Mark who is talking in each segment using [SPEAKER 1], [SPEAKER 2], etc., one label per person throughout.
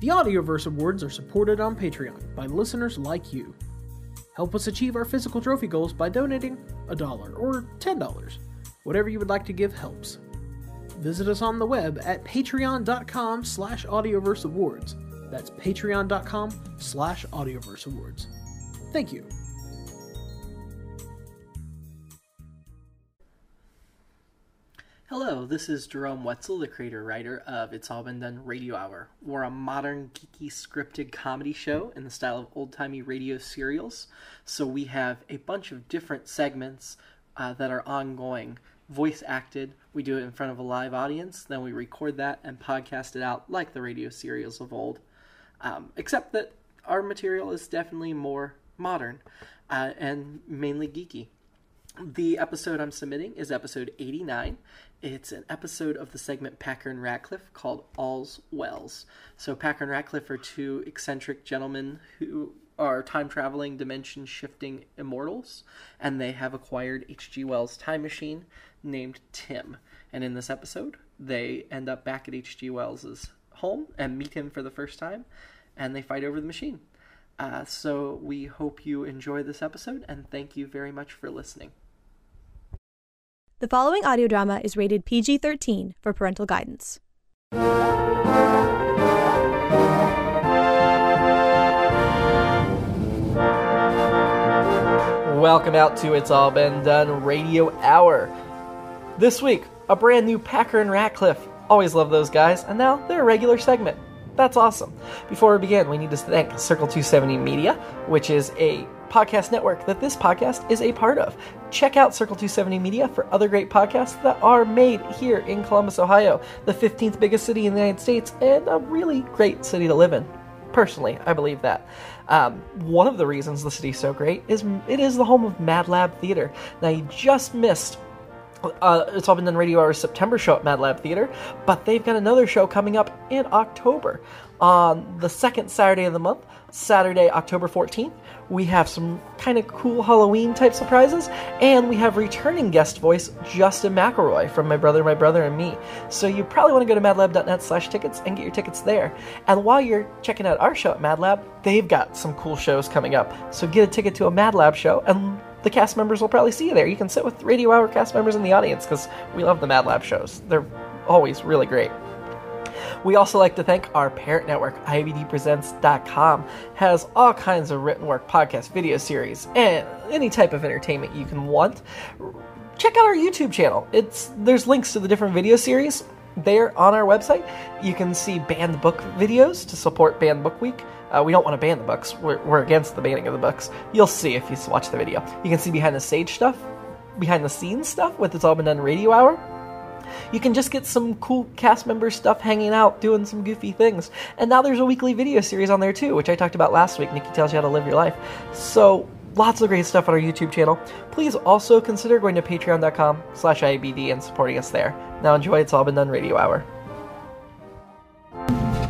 [SPEAKER 1] The Audioverse Awards are supported on Patreon by listeners like you. Help us achieve our physical trophy goals by donating a dollar or $10. Whatever you would like to give helps. Visit us on the web at patreon.com slash audioverse awards. That's patreon.com slash audioverse awards. Thank you.
[SPEAKER 2] Hello, this is Jerome Wetzel, the creator writer of It's All Been Done Radio Hour. We're a modern, geeky, scripted comedy show in the style of old timey radio serials. So we have a bunch of different segments uh, that are ongoing. Voice acted, we do it in front of a live audience, then we record that and podcast it out like the radio serials of old. Um, except that our material is definitely more modern uh, and mainly geeky. The episode I'm submitting is episode 89. It's an episode of the segment Packer and Ratcliffe called All's Wells. So, Packer and Ratcliffe are two eccentric gentlemen who are time traveling, dimension shifting immortals, and they have acquired H.G. Wells' time machine named Tim. And in this episode, they end up back at H.G. Wells' home and meet him for the first time, and they fight over the machine. Uh, so, we hope you enjoy this episode, and thank you very much for listening.
[SPEAKER 3] The following audio drama is rated PG 13 for parental guidance.
[SPEAKER 2] Welcome out to It's All Been Done Radio Hour. This week, a brand new Packer and Ratcliffe. Always love those guys, and now they're a regular segment. That's awesome. Before we begin, we need to thank Circle 270 Media, which is a podcast network that this podcast is a part of. Check out Circle 270 Media for other great podcasts that are made here in Columbus, Ohio, the 15th biggest city in the United States, and a really great city to live in personally i believe that um, one of the reasons the city's so great is it is the home of mad lab theater now you just missed uh, it's all been done radio hour's september show at mad lab theater but they've got another show coming up in october on the second saturday of the month saturday october 14th we have some kind of cool halloween type surprises and we have returning guest voice justin mcelroy from my brother my brother and me so you probably want to go to madlab.net slash tickets and get your tickets there and while you're checking out our show at madlab they've got some cool shows coming up so get a ticket to a madlab show and the cast members will probably see you there. You can sit with Radio Hour cast members in the audience because we love the Mad Lab shows. They're always really great. We also like to thank our parent network, IBDPresents.com, has all kinds of written work, podcast, video series, and any type of entertainment you can want. Check out our YouTube channel. It's there's links to the different video series there on our website. You can see banned book videos to support Banned Book Week. Uh, we don't want to ban the books. We're, we're against the banning of the books. You'll see if you s- watch the video. You can see behind the stage stuff, behind the scenes stuff with It's All Been Done Radio Hour you can just get some cool cast member stuff hanging out doing some goofy things and now there's a weekly video series on there too which i talked about last week nikki tells you how to live your life so lots of great stuff on our youtube channel please also consider going to patreon.com slash iabd and supporting us there now enjoy it's all been done radio hour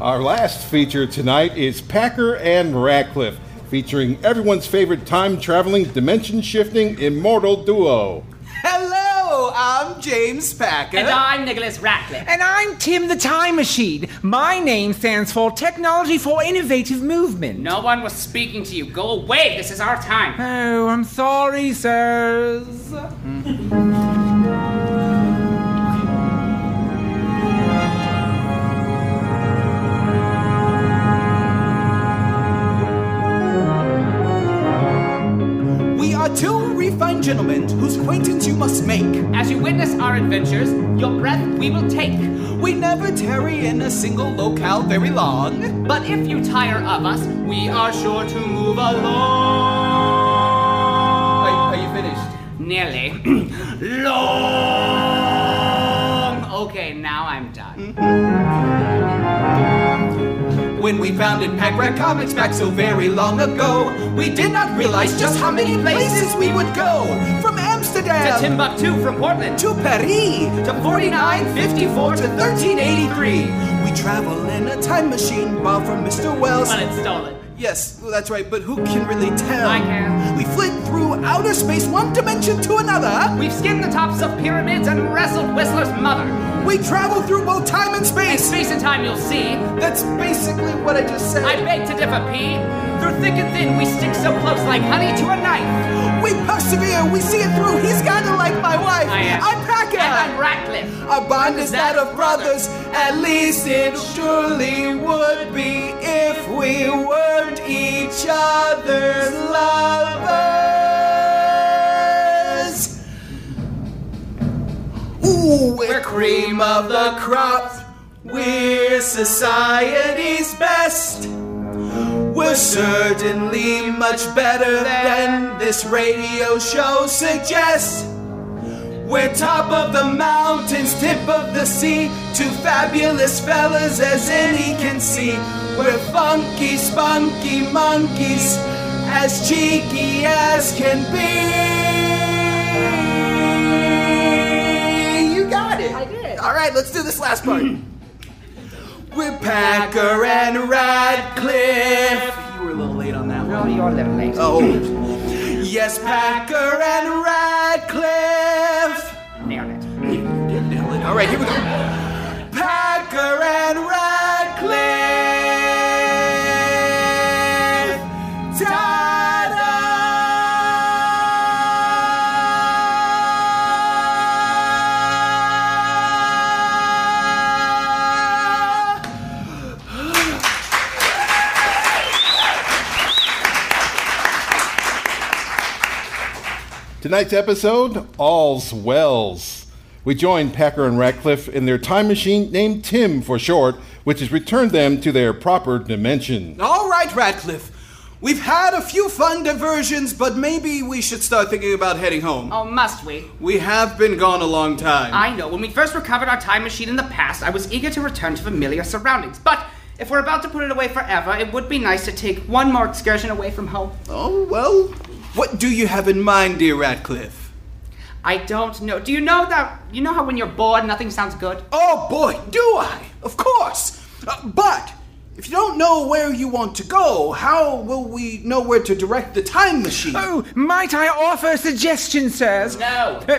[SPEAKER 4] Our last feature tonight is Packer and Ratcliffe, featuring everyone's favorite time traveling, dimension shifting, immortal duo.
[SPEAKER 5] Hello, I'm James Packer.
[SPEAKER 6] And I'm Nicholas Ratcliffe.
[SPEAKER 5] And I'm Tim the Time Machine. My name stands for Technology for Innovative Movement.
[SPEAKER 6] No one was speaking to you. Go away. This is our time.
[SPEAKER 5] Oh, I'm sorry, sirs. We are two refined gentlemen whose acquaintance you must make.
[SPEAKER 6] As you witness our adventures, your breath we will take.
[SPEAKER 5] We never tarry in a single locale very long.
[SPEAKER 6] But if you tire of us, we are sure to move along.
[SPEAKER 5] Are, you finished?
[SPEAKER 6] Nearly. long. Okay, now I'm done.
[SPEAKER 5] When we founded Pac-Rat Comics back so very long ago, we did not realize just how many places we would go. From
[SPEAKER 6] To
[SPEAKER 5] Amsterdam
[SPEAKER 6] Timbuktu from Portland.
[SPEAKER 5] to Paris to 4954 to 1383. We travel in a time machine borrowed from Mr. Wells.
[SPEAKER 6] Well, it's stolen.
[SPEAKER 5] Yes, well, that's right, but who can really tell?
[SPEAKER 6] I can.
[SPEAKER 5] We flit through outer space, one dimension to another.
[SPEAKER 6] We've skinned the tops of pyramids and wrestled Whistler's mother.
[SPEAKER 5] We travel through both time and
[SPEAKER 6] In
[SPEAKER 5] space!
[SPEAKER 6] space and time, you'll see.
[SPEAKER 5] That's basically what I just said.
[SPEAKER 6] I beg to differ, P. Through thick and thin, we stick so close like honey to a knife.
[SPEAKER 5] we persevere, we see it through. He's kinda like my wife.
[SPEAKER 6] I am.
[SPEAKER 5] I'm Packer!
[SPEAKER 6] And I'm Ratcliffe.
[SPEAKER 5] Our bond is that of brothers. At least it surely would be if we weren't each other's lovers. Ooh, we're cream of the crop. We're society's best. We're certainly much better than this radio show suggests. We're top of the mountains, tip of the sea. Two fabulous fellas as any can see. We're funky, spunky monkeys, as cheeky as can be. You got it. I did. All right, let's do this last part. We're Packer and Radcliffe. You were a little late on that one.
[SPEAKER 6] you're the next.
[SPEAKER 5] Oh. Yes, Packer and Radcliffe.
[SPEAKER 6] Nailed it.
[SPEAKER 5] All right, here we go. Packer and Radcliffe. Ta-da!
[SPEAKER 4] Tonight's episode, All's Wells. We join Packer and Ratcliffe in their time machine named Tim for short, which has returned them to their proper dimension.
[SPEAKER 5] All right, Radcliffe. We've had a few fun diversions, but maybe we should start thinking about heading home.
[SPEAKER 6] Oh, must we?
[SPEAKER 5] We have been gone a long time.
[SPEAKER 6] I know, when we first recovered our time machine in the past, I was eager to return to familiar surroundings. But if we're about to put it away forever, it would be nice to take one more excursion away from home.
[SPEAKER 5] Oh, well, what do you have in mind, dear Radcliffe?
[SPEAKER 6] I don't know. Do you know that? You know how when you're bored, nothing sounds good?
[SPEAKER 5] Oh, boy, do I! Of course! Uh, but if you don't know where you want to go, how will we know where to direct the time machine?
[SPEAKER 7] Oh, might I offer a suggestion, sirs?
[SPEAKER 6] No.
[SPEAKER 7] Uh,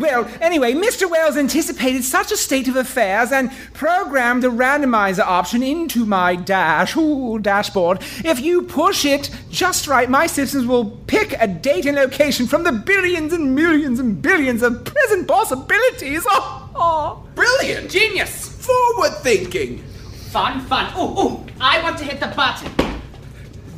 [SPEAKER 7] well, anyway, Mr. Wells anticipated such a state of affairs and programmed the randomizer option into my dash, ooh, dashboard. If you push it just right, my systems will pick a date and location from the billions and millions and billions of present possibilities. Oh, oh.
[SPEAKER 5] brilliant!
[SPEAKER 6] Genius!
[SPEAKER 5] Forward thinking!
[SPEAKER 6] Fun, fun. Ooh, ooh, I want to hit the button.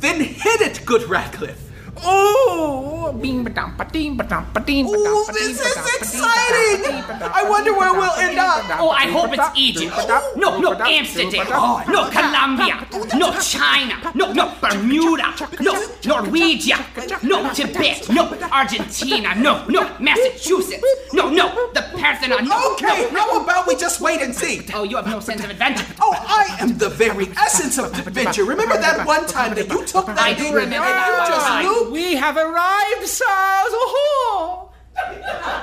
[SPEAKER 5] Then hit it, good Radcliffe!
[SPEAKER 7] Oh, bing ba-dum, ba-ding, ba-dum, ba-ding, ba-dum,
[SPEAKER 5] Ooh,
[SPEAKER 7] ba-ding,
[SPEAKER 5] this is
[SPEAKER 7] ba-dum, ba-ding,
[SPEAKER 5] exciting!
[SPEAKER 7] ba-dum, ba-ding,
[SPEAKER 5] I wonder where
[SPEAKER 7] ba-dum,
[SPEAKER 5] we'll
[SPEAKER 7] ba-ding,
[SPEAKER 5] end up.
[SPEAKER 7] ba-dum,
[SPEAKER 6] Oh, I hope it's
[SPEAKER 7] ba-dum,
[SPEAKER 6] Egypt.
[SPEAKER 7] ba-dum,
[SPEAKER 6] No, no,
[SPEAKER 7] ba-dum,
[SPEAKER 6] Amsterdam. Oh,
[SPEAKER 7] ba-dum.
[SPEAKER 6] No, Colombia. No, China. No, no, Bermuda. No, Norwegia. No, Tibet. No, Argentina. No, no, Massachusetts. No, no, the Parthenon. No,
[SPEAKER 5] Okay,
[SPEAKER 6] no, no.
[SPEAKER 5] how about we just wait and see?
[SPEAKER 6] Oh, you have no sense of adventure.
[SPEAKER 5] Oh, I am the very essence of adventure. Remember that one time that you took that
[SPEAKER 6] I
[SPEAKER 5] thing and
[SPEAKER 6] remember that
[SPEAKER 5] you just
[SPEAKER 6] one time.
[SPEAKER 5] looped?
[SPEAKER 7] We have arrived, sirs! Oh,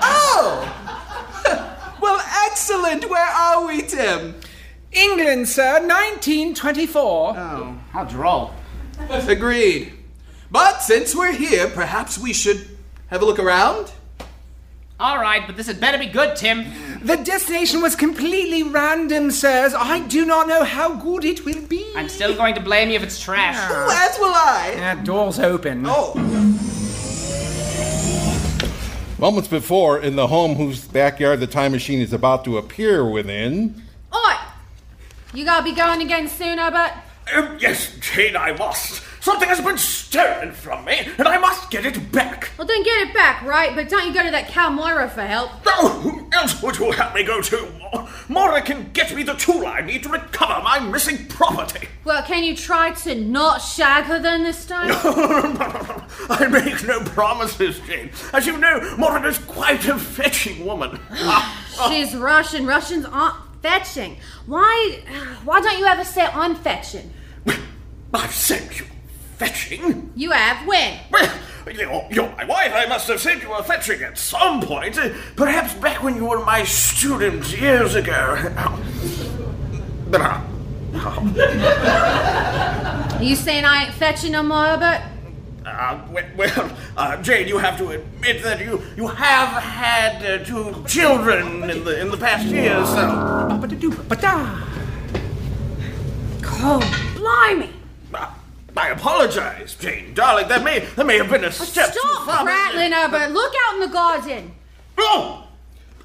[SPEAKER 5] Oh! well, excellent. Where are we, Tim?
[SPEAKER 7] England, sir, 1924.
[SPEAKER 6] Oh, how droll.
[SPEAKER 5] Agreed. But since we're here, perhaps we should have a look around?
[SPEAKER 6] All right, but this had better be good, Tim.
[SPEAKER 7] the destination was completely random, sirs. I do not know how good it will be.
[SPEAKER 6] I'm still going to blame you if it's trash.
[SPEAKER 5] Well, as will I.
[SPEAKER 7] That door's open.
[SPEAKER 5] Oh,
[SPEAKER 4] Moments before, in the home whose backyard the time machine is about to appear within,
[SPEAKER 8] Oi! You gotta be going again soon, Herbert.
[SPEAKER 9] Um, yes, Jane, I must. Something has been stolen from me, and I must get it back.
[SPEAKER 8] Well, then get it back, right? But don't you go to that cow Moira for help.
[SPEAKER 9] Oh, whom else would you have me go to? Mo- Mora can get me the tool I need to recover my missing property.
[SPEAKER 8] Well, can you try to not shag her then this time?
[SPEAKER 9] I make no promises, Jane. As you know, Mora is quite a fetching woman. Ah,
[SPEAKER 8] She's Russian. Russians aren't fetching. Why? Why don't you ever say I'm fetching?
[SPEAKER 9] I've sent you fetching.
[SPEAKER 8] You have when?
[SPEAKER 9] Well, you're, you're my wife. I must have sent you a fetching at some point. uh, Perhaps back when you were my student years ago. But, uh,
[SPEAKER 8] Are you saying I ain't fetching no more, Herbert?
[SPEAKER 9] Uh, we- well, uh, Jane, you have to admit that you you have had uh, two children in the in the past year, so
[SPEAKER 8] Oh, blimey!
[SPEAKER 9] uh, I apologize, Jane, darling. That may that may have been a step too
[SPEAKER 8] Stop
[SPEAKER 9] far. but-
[SPEAKER 8] prattling, Herbert. Look out in the garden.
[SPEAKER 9] Oh!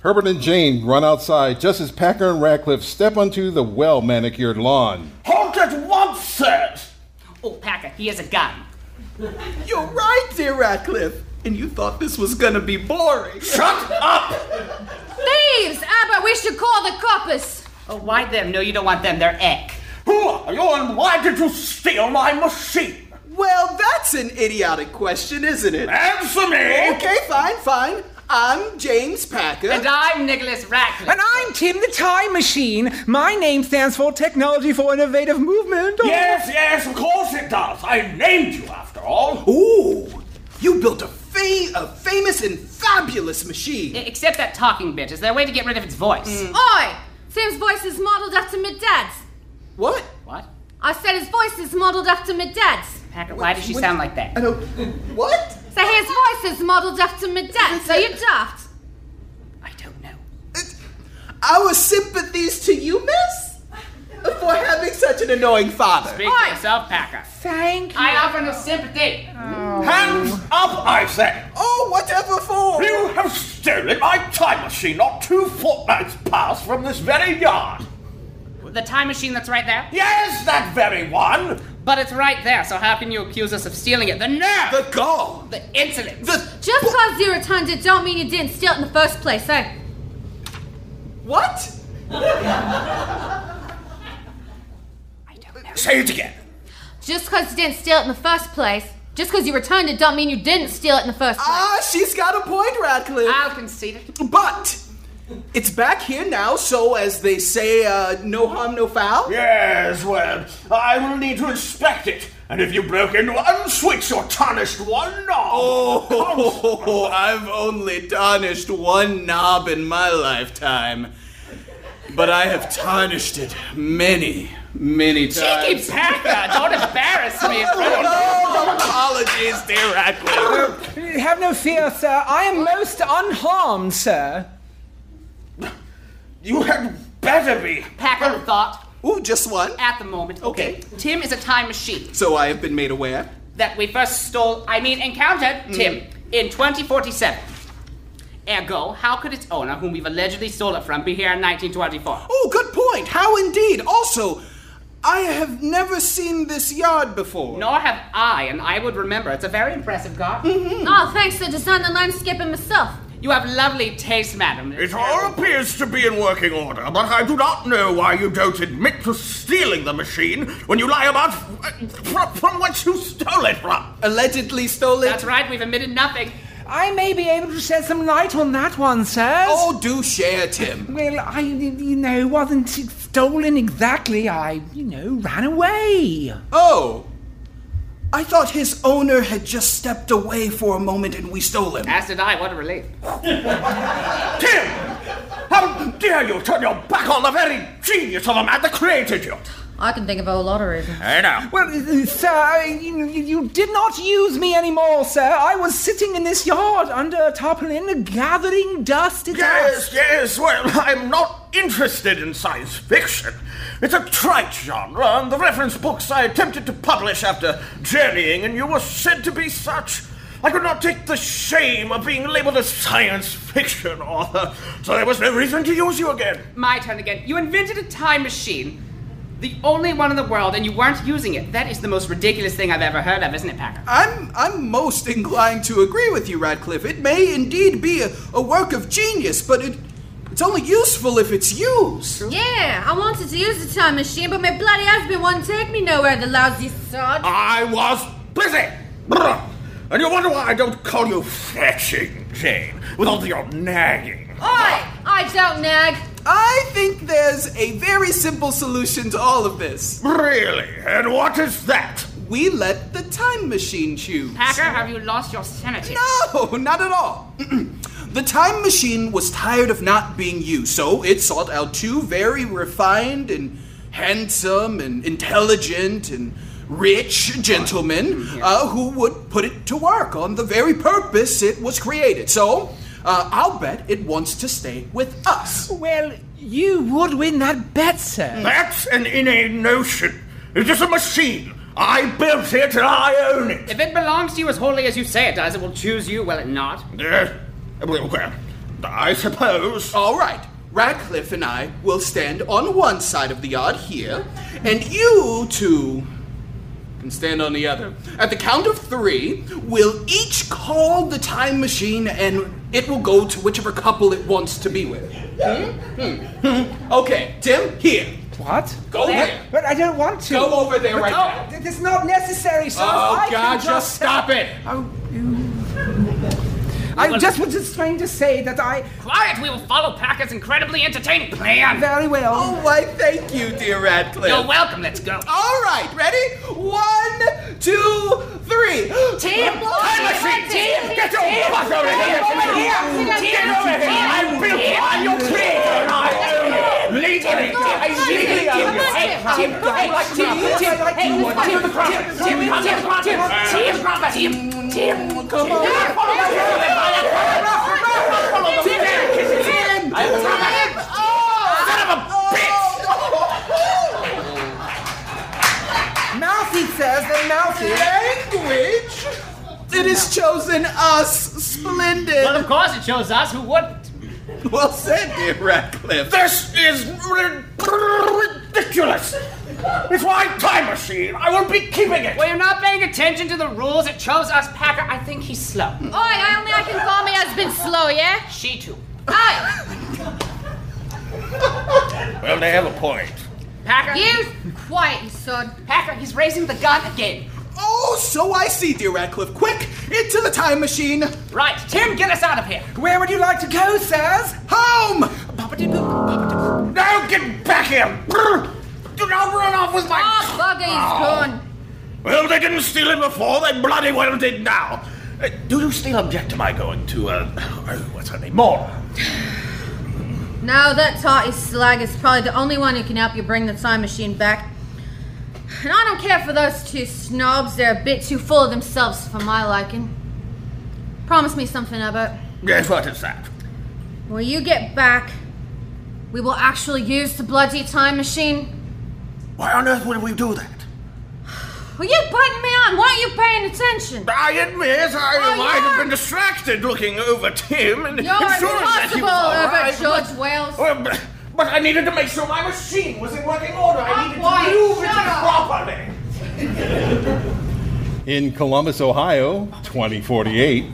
[SPEAKER 4] Herbert and Jane run outside just as Packer and Radcliffe step onto the well manicured lawn.
[SPEAKER 9] Halt at once, sirs!
[SPEAKER 6] Oh, Packer, he has a gun.
[SPEAKER 5] You're right, dear Ratcliffe. And you thought this was gonna be boring.
[SPEAKER 9] Shut up!
[SPEAKER 8] Thieves, Herbert. We should call the coppers.
[SPEAKER 6] Oh, why them? No, you don't want them. They're ek.
[SPEAKER 9] Who are you and why did you steal my machine?
[SPEAKER 5] Well, that's an idiotic question, isn't it?
[SPEAKER 9] Answer me!
[SPEAKER 5] Okay, fine, fine. I'm James Packer.
[SPEAKER 6] And I'm Nicholas Ratcliffe.
[SPEAKER 7] And I'm Tim the Time Machine. My name stands for Technology for Innovative Movement.
[SPEAKER 9] Yes, yes, of course it does. I named you after all.
[SPEAKER 5] Ooh, you built a, fa- a famous and fabulous machine.
[SPEAKER 6] Except E, that talking bitch. Is there a way to get rid of its voice?
[SPEAKER 8] Oi! Tim's voice is modeled after my dad's.
[SPEAKER 5] What?
[SPEAKER 6] What?
[SPEAKER 8] I said his voice is modeled after my dad's.
[SPEAKER 6] Packer, why does she sound like that?
[SPEAKER 5] I don't. What?
[SPEAKER 8] So his voice is modeled after my dad's. Are you daft?
[SPEAKER 6] I don't know.
[SPEAKER 5] Our sympathies to you, miss? For having such an annoying father.
[SPEAKER 6] Speak for yourself, Packer.
[SPEAKER 7] Thank
[SPEAKER 6] I offer no sympathy.
[SPEAKER 9] Hands up, I say.
[SPEAKER 5] Oh, whatever for?
[SPEAKER 9] You have stolen my time machine not two fortnights past from this very yard.
[SPEAKER 6] The time machine that's right there?
[SPEAKER 9] Yes, that very one.
[SPEAKER 6] But it's right there, so how can you accuse us of stealing it? The nerve!
[SPEAKER 5] The gall.
[SPEAKER 6] The insolence!
[SPEAKER 5] The.
[SPEAKER 8] Just because you returned it don't mean you didn't steal it in the first place, eh?
[SPEAKER 5] What?
[SPEAKER 6] I don't know.
[SPEAKER 9] Say it again.
[SPEAKER 8] Just because you didn't steal it in the first place, just because you returned it don't mean you didn't steal it in the first place.
[SPEAKER 5] Ah, she's got a point, Radcliffe.
[SPEAKER 6] I'll concede it.
[SPEAKER 5] But it's back here now, so as they say, uh, no harm, no foul.
[SPEAKER 9] Yes, well, I will need to inspect it. And if you broke into one switch or tarnished one knob,
[SPEAKER 5] Oh, I've only tarnished one knob in my lifetime, but I have tarnished it many, many times.
[SPEAKER 6] Cheeky Packer! Don't embarrass me in front of
[SPEAKER 5] Oh, apologies, dear Radcliffe.
[SPEAKER 7] Have no fear, sir. I am most unharmed, sir.
[SPEAKER 9] you had better be.
[SPEAKER 6] Packer thought,
[SPEAKER 5] Ooh, just one.
[SPEAKER 6] at the moment, okay, Tim is a time machine
[SPEAKER 5] So I have been made aware.
[SPEAKER 6] that we first stole, I mean, encountered Tim in 2047. Ergo, how could its owner, whom we've allegedly stole it from, be here in 1924?
[SPEAKER 5] Oh, good point. How indeed. Also, I have never seen this yard before.
[SPEAKER 6] Nor have I, and I would remember. It's a very impressive garden.
[SPEAKER 8] Oh, thanks for designing the landscape and myself.
[SPEAKER 6] You have lovely taste, madam.
[SPEAKER 9] It all appears to be in working order, but I do not know why you don't admit to stealing the machine when you lie about uh, from, from whence you stole it from.
[SPEAKER 5] Allegedly stolen.
[SPEAKER 6] That's right, we've admitted nothing.
[SPEAKER 7] I may be able to shed some light on that one, sir.
[SPEAKER 5] Oh, do share, Tim.
[SPEAKER 7] Well, I, you know, wasn't stolen exactly. I, you know, ran away.
[SPEAKER 5] Oh. I thought his owner had just stepped away for a moment and we stole him.
[SPEAKER 6] As did I, what a relief.
[SPEAKER 9] Uh, Tim! How dare you turn your back on the very genius of a man that created you!
[SPEAKER 8] I can think of a whole lot of reasons.
[SPEAKER 9] I know.
[SPEAKER 7] Well, uh, sir, you, you you did not use me anymore, sir. I was sitting in this yard under a tarpaulin gathering dust. It's
[SPEAKER 9] Yes, yes, well, I'm not interested in science fiction. It's a trite genre, and the reference books I attempted to publish after journeying, and you were said to be such. I could not take the shame of being labeled a science fiction author, so there was no reason to use you again.
[SPEAKER 6] My turn again. You invented a time machine, the only one in the world, and you weren't using it. That is the most ridiculous thing I've ever heard of, isn't it, Packer?
[SPEAKER 5] I'm I'm most inclined to agree with you, Radcliffe. It may indeed be a, a work of genius, but it it's only useful if it's used.
[SPEAKER 8] Yeah, I wanted to use the time machine, but my bloody husband wouldn't take me nowhere, the lousy sod.
[SPEAKER 9] I was busy! Brr. And you wonder why I don't call you fetching, Jane, with all your nagging.
[SPEAKER 8] Oi! I don't nag.
[SPEAKER 5] I think there's a very simple solution to all of this.
[SPEAKER 9] Really? And what is that?
[SPEAKER 5] We let the time machine choose.
[SPEAKER 6] Packer, have you lost your sanity?
[SPEAKER 5] No, not at all. the time machine was tired of not being used, so it sought out two very refined and handsome and intelligent and rich gentleman uh, who would put it to work on the very purpose it was created. So, uh, I'll bet it wants to stay with us.
[SPEAKER 7] Well, you would win that bet, sir.
[SPEAKER 9] That's an inane notion. It is a machine. I built it and I own it.
[SPEAKER 6] If it belongs to you as wholly as you say it does, it will choose you, will it not?
[SPEAKER 9] Eh, well, well, I suppose.
[SPEAKER 5] All right, Radcliffe and I will stand on one side of the yard here, and you two can stand on the other. At the count of three, we'll each call the time machine, and it will go to whichever couple it wants to be with. Hmm? Hmm. Hmm. Okay, Tim, here.
[SPEAKER 7] What?
[SPEAKER 5] Go there.
[SPEAKER 7] But I don't want to.
[SPEAKER 5] Go over there right
[SPEAKER 7] Oh,
[SPEAKER 5] now.
[SPEAKER 7] th- It's not necessary, sir.
[SPEAKER 5] Oh,
[SPEAKER 7] I can
[SPEAKER 5] God,
[SPEAKER 7] just,
[SPEAKER 5] just stop it.
[SPEAKER 7] Oh, you. I just was just trying to say that I
[SPEAKER 6] Quiet, we will follow Packer's incredibly entertaining plan.
[SPEAKER 7] very well.
[SPEAKER 5] Oh, why, thank you, dear Radcliffe.
[SPEAKER 6] You're welcome, let's go.
[SPEAKER 5] All right, ready? One, two, three.
[SPEAKER 6] Tim! Time machine! Tim! Get your butt over here! Over here! Get over here! I built one, you created and I own it! Legally, I legally own it! Hey, Tim! Hey, Tim! Tim! Hey, Tim Crumpet! Tim! Tim Crumpet! Tim Crumpet! Tim! Tim! Come on! Tim! Son of a bitch!
[SPEAKER 7] Mouthy says that Mouthy.
[SPEAKER 5] Language? It has chosen us. Splendid.
[SPEAKER 6] Well, of course it shows us who wouldn't.
[SPEAKER 5] Well said, dear Radcliffe.
[SPEAKER 9] This is ri- ridiculous. It's my time machine. I will be keeping it.
[SPEAKER 6] Well, you're not paying attention to the rules. It chose us, Packer. I think he's slow.
[SPEAKER 8] Oi, I only I can call my husband slow, yeah?
[SPEAKER 6] She too.
[SPEAKER 8] Oi,
[SPEAKER 9] Well, they have a point.
[SPEAKER 6] Packer.
[SPEAKER 8] you quiet, you sod.
[SPEAKER 6] Packer, he's raising the gun again.
[SPEAKER 5] Oh, so I see, dear Radcliffe. Quick, into the time machine.
[SPEAKER 6] Right, Tim, get us out of here.
[SPEAKER 7] Where would you like to go, sirs?
[SPEAKER 5] Home.
[SPEAKER 9] Now get back here. Do not run off with my.
[SPEAKER 8] Oh, bugger, he's gone.
[SPEAKER 9] Well, they didn't steal him before. They bloody well did now. Uh, do you still object to my going to, uh, oh, what's her name? Mora.
[SPEAKER 8] No, that tarty slag is probably the only one who can help you bring the time machine back. And I don't care for those two snobs. They're a bit too full of themselves for my liking. Promise me something, Abbott.
[SPEAKER 9] Yes, what is that?
[SPEAKER 8] When you get back, we will actually use the bloody time machine.
[SPEAKER 9] Why on earth would we do that?
[SPEAKER 8] Are you biting me on? Why aren't you paying attention?
[SPEAKER 9] I admit I
[SPEAKER 8] Oh,
[SPEAKER 9] might have
[SPEAKER 8] you're-
[SPEAKER 9] been distracted looking over Tim and
[SPEAKER 8] You're
[SPEAKER 9] ensuring that he
[SPEAKER 8] impossible,
[SPEAKER 9] was all
[SPEAKER 8] Abbott
[SPEAKER 9] right.
[SPEAKER 8] George Wales.
[SPEAKER 9] Well, but, but I needed to make sure my machine was in working order.
[SPEAKER 8] Oh,
[SPEAKER 9] I needed
[SPEAKER 8] boy,
[SPEAKER 9] to move it
[SPEAKER 8] shut up.
[SPEAKER 9] properly.
[SPEAKER 4] In Columbus, Ohio, 2048.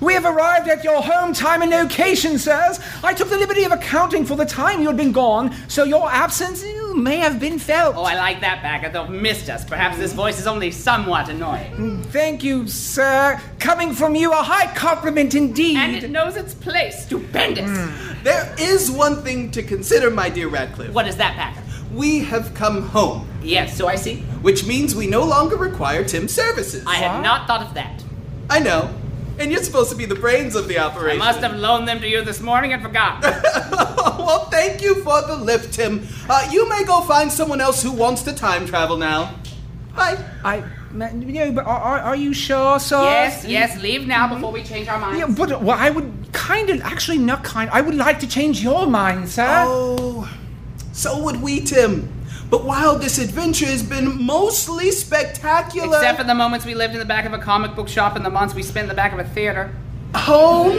[SPEAKER 7] We have arrived at your home time and location, sirs. I took the liberty of accounting for the time you had been gone, so your absence eh, may have been felt.
[SPEAKER 6] Oh, I like that, Packer. They've missed us. Perhaps this voice is only somewhat annoying.
[SPEAKER 7] Thank you, sir. Coming from you, a high compliment indeed.
[SPEAKER 6] And it knows its place. Mm. Stupendous.
[SPEAKER 5] There is one thing to consider, my dear Radcliffe.
[SPEAKER 6] What is that, Packer?
[SPEAKER 5] We have come home,
[SPEAKER 6] Yes, so I see.
[SPEAKER 5] which means we no longer require Tim's services.
[SPEAKER 6] I had not thought of that.
[SPEAKER 5] I know. And you're supposed to be the brains of the
[SPEAKER 6] I
[SPEAKER 5] operation.
[SPEAKER 6] must have loaned them to you this morning and forgotten.
[SPEAKER 5] well, thank you for the lift, Tim. Uh, you may go find someone else who wants to time travel now. Bye.
[SPEAKER 7] I, ma- no, but are, are, are you sure, sir?
[SPEAKER 6] yes, yes, leave now before we change our
[SPEAKER 7] Yeah,
[SPEAKER 6] minds.
[SPEAKER 7] but well, I would kind of, actually not kind. I would like to change your mind, sir.
[SPEAKER 5] Oh, so would we, Tim. But while this adventure has been mostly spectacular,
[SPEAKER 6] Except for the moments we lived in the back of a comic book shop and the months we spent in the back of a theater.
[SPEAKER 5] home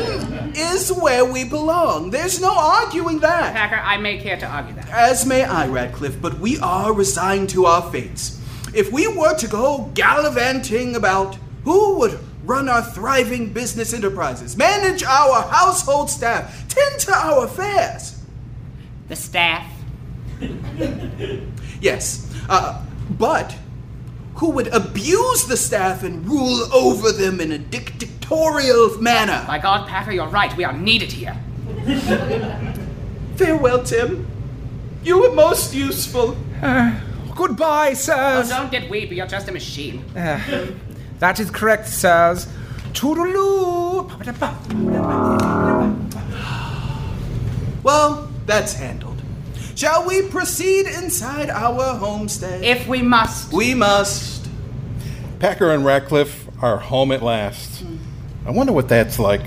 [SPEAKER 5] is where we belong. There's no arguing that.
[SPEAKER 6] Packer, I may care to argue that.
[SPEAKER 5] As may I, Radcliffe, but we are resigned to our fates. If we were to go gallivanting about, who would run our thriving business enterprises, manage our household staff, tend to our affairs?
[SPEAKER 6] The staff.
[SPEAKER 5] Yes. Uh, but who would abuse the staff and rule over them in a dictatorial manner?
[SPEAKER 6] By God, Packer, you're right. We are needed here.
[SPEAKER 5] Farewell, Tim. You were most useful.
[SPEAKER 7] Goodbye,
[SPEAKER 6] Oh,
[SPEAKER 7] sirs.
[SPEAKER 6] don't get weepy. You're just a machine.
[SPEAKER 7] That is correct, sirs. Toodaloo.
[SPEAKER 5] Well, that's handled. Shall we proceed inside our homestead?
[SPEAKER 10] If we must.
[SPEAKER 5] we must.
[SPEAKER 4] Packer and Ratcliffe are home at last. I wonder what that's like.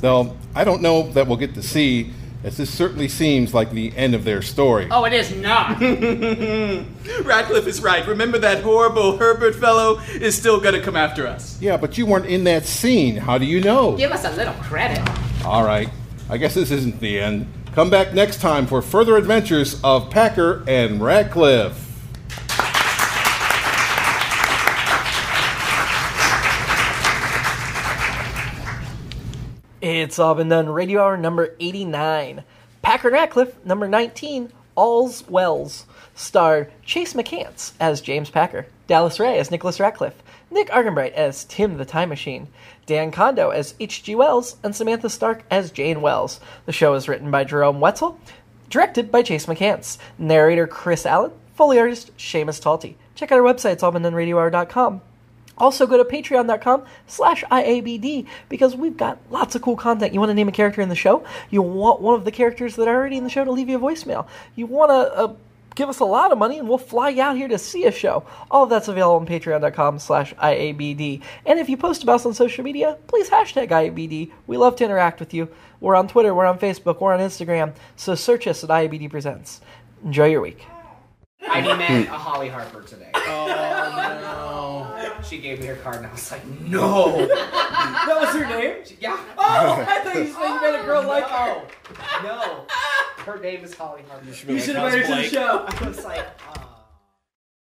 [SPEAKER 4] Though I don't know that we'll get to see, as this certainly seems like the end of their story.
[SPEAKER 10] Oh, it is not.
[SPEAKER 5] Radcliffe is right. Remember that horrible Herbert fellow is still gonna come after us.
[SPEAKER 4] Yeah, but you weren't in that scene. How do you know?
[SPEAKER 10] Give us a little credit.
[SPEAKER 4] All right. I guess this isn't the end. Come back next time for further adventures of Packer and Ratcliffe.
[SPEAKER 2] It's all been done. Radio Hour number 89. Packer and Ratcliffe, number 19. All's Wells. Starred Chase McCants as James Packer, Dallas Ray as Nicholas Ratcliffe, Nick Argenbright as Tim the Time Machine, Dan Kondo as H.G. Wells, and Samantha Stark as Jane Wells. The show is written by Jerome Wetzel, directed by Chase McCants, narrator Chris Allen, Foley artist Seamus Talty. Check out our website, it's allbendonradiohour.com. Also, go to patreon.com slash IABD because we've got lots of cool content. You want to name a character in the show? You want one of the characters that are already in the show to leave you a voicemail? You want to uh, give us a lot of money and we'll fly you out here to see a show? All of that's available on patreon.com slash IABD. And if you post about us on social media, please hashtag IABD. We love to interact with you. We're on Twitter, we're on Facebook, we're on Instagram. So search us at IABD Presents. Enjoy your week.
[SPEAKER 10] I met a Holly Harper today. Oh no! She gave me her card, and I was like, no. that was her name. She, yeah. Oh, I thought you said you met a girl like her. No. Her name is Holly Harper. You should have married to the show. I was like, oh.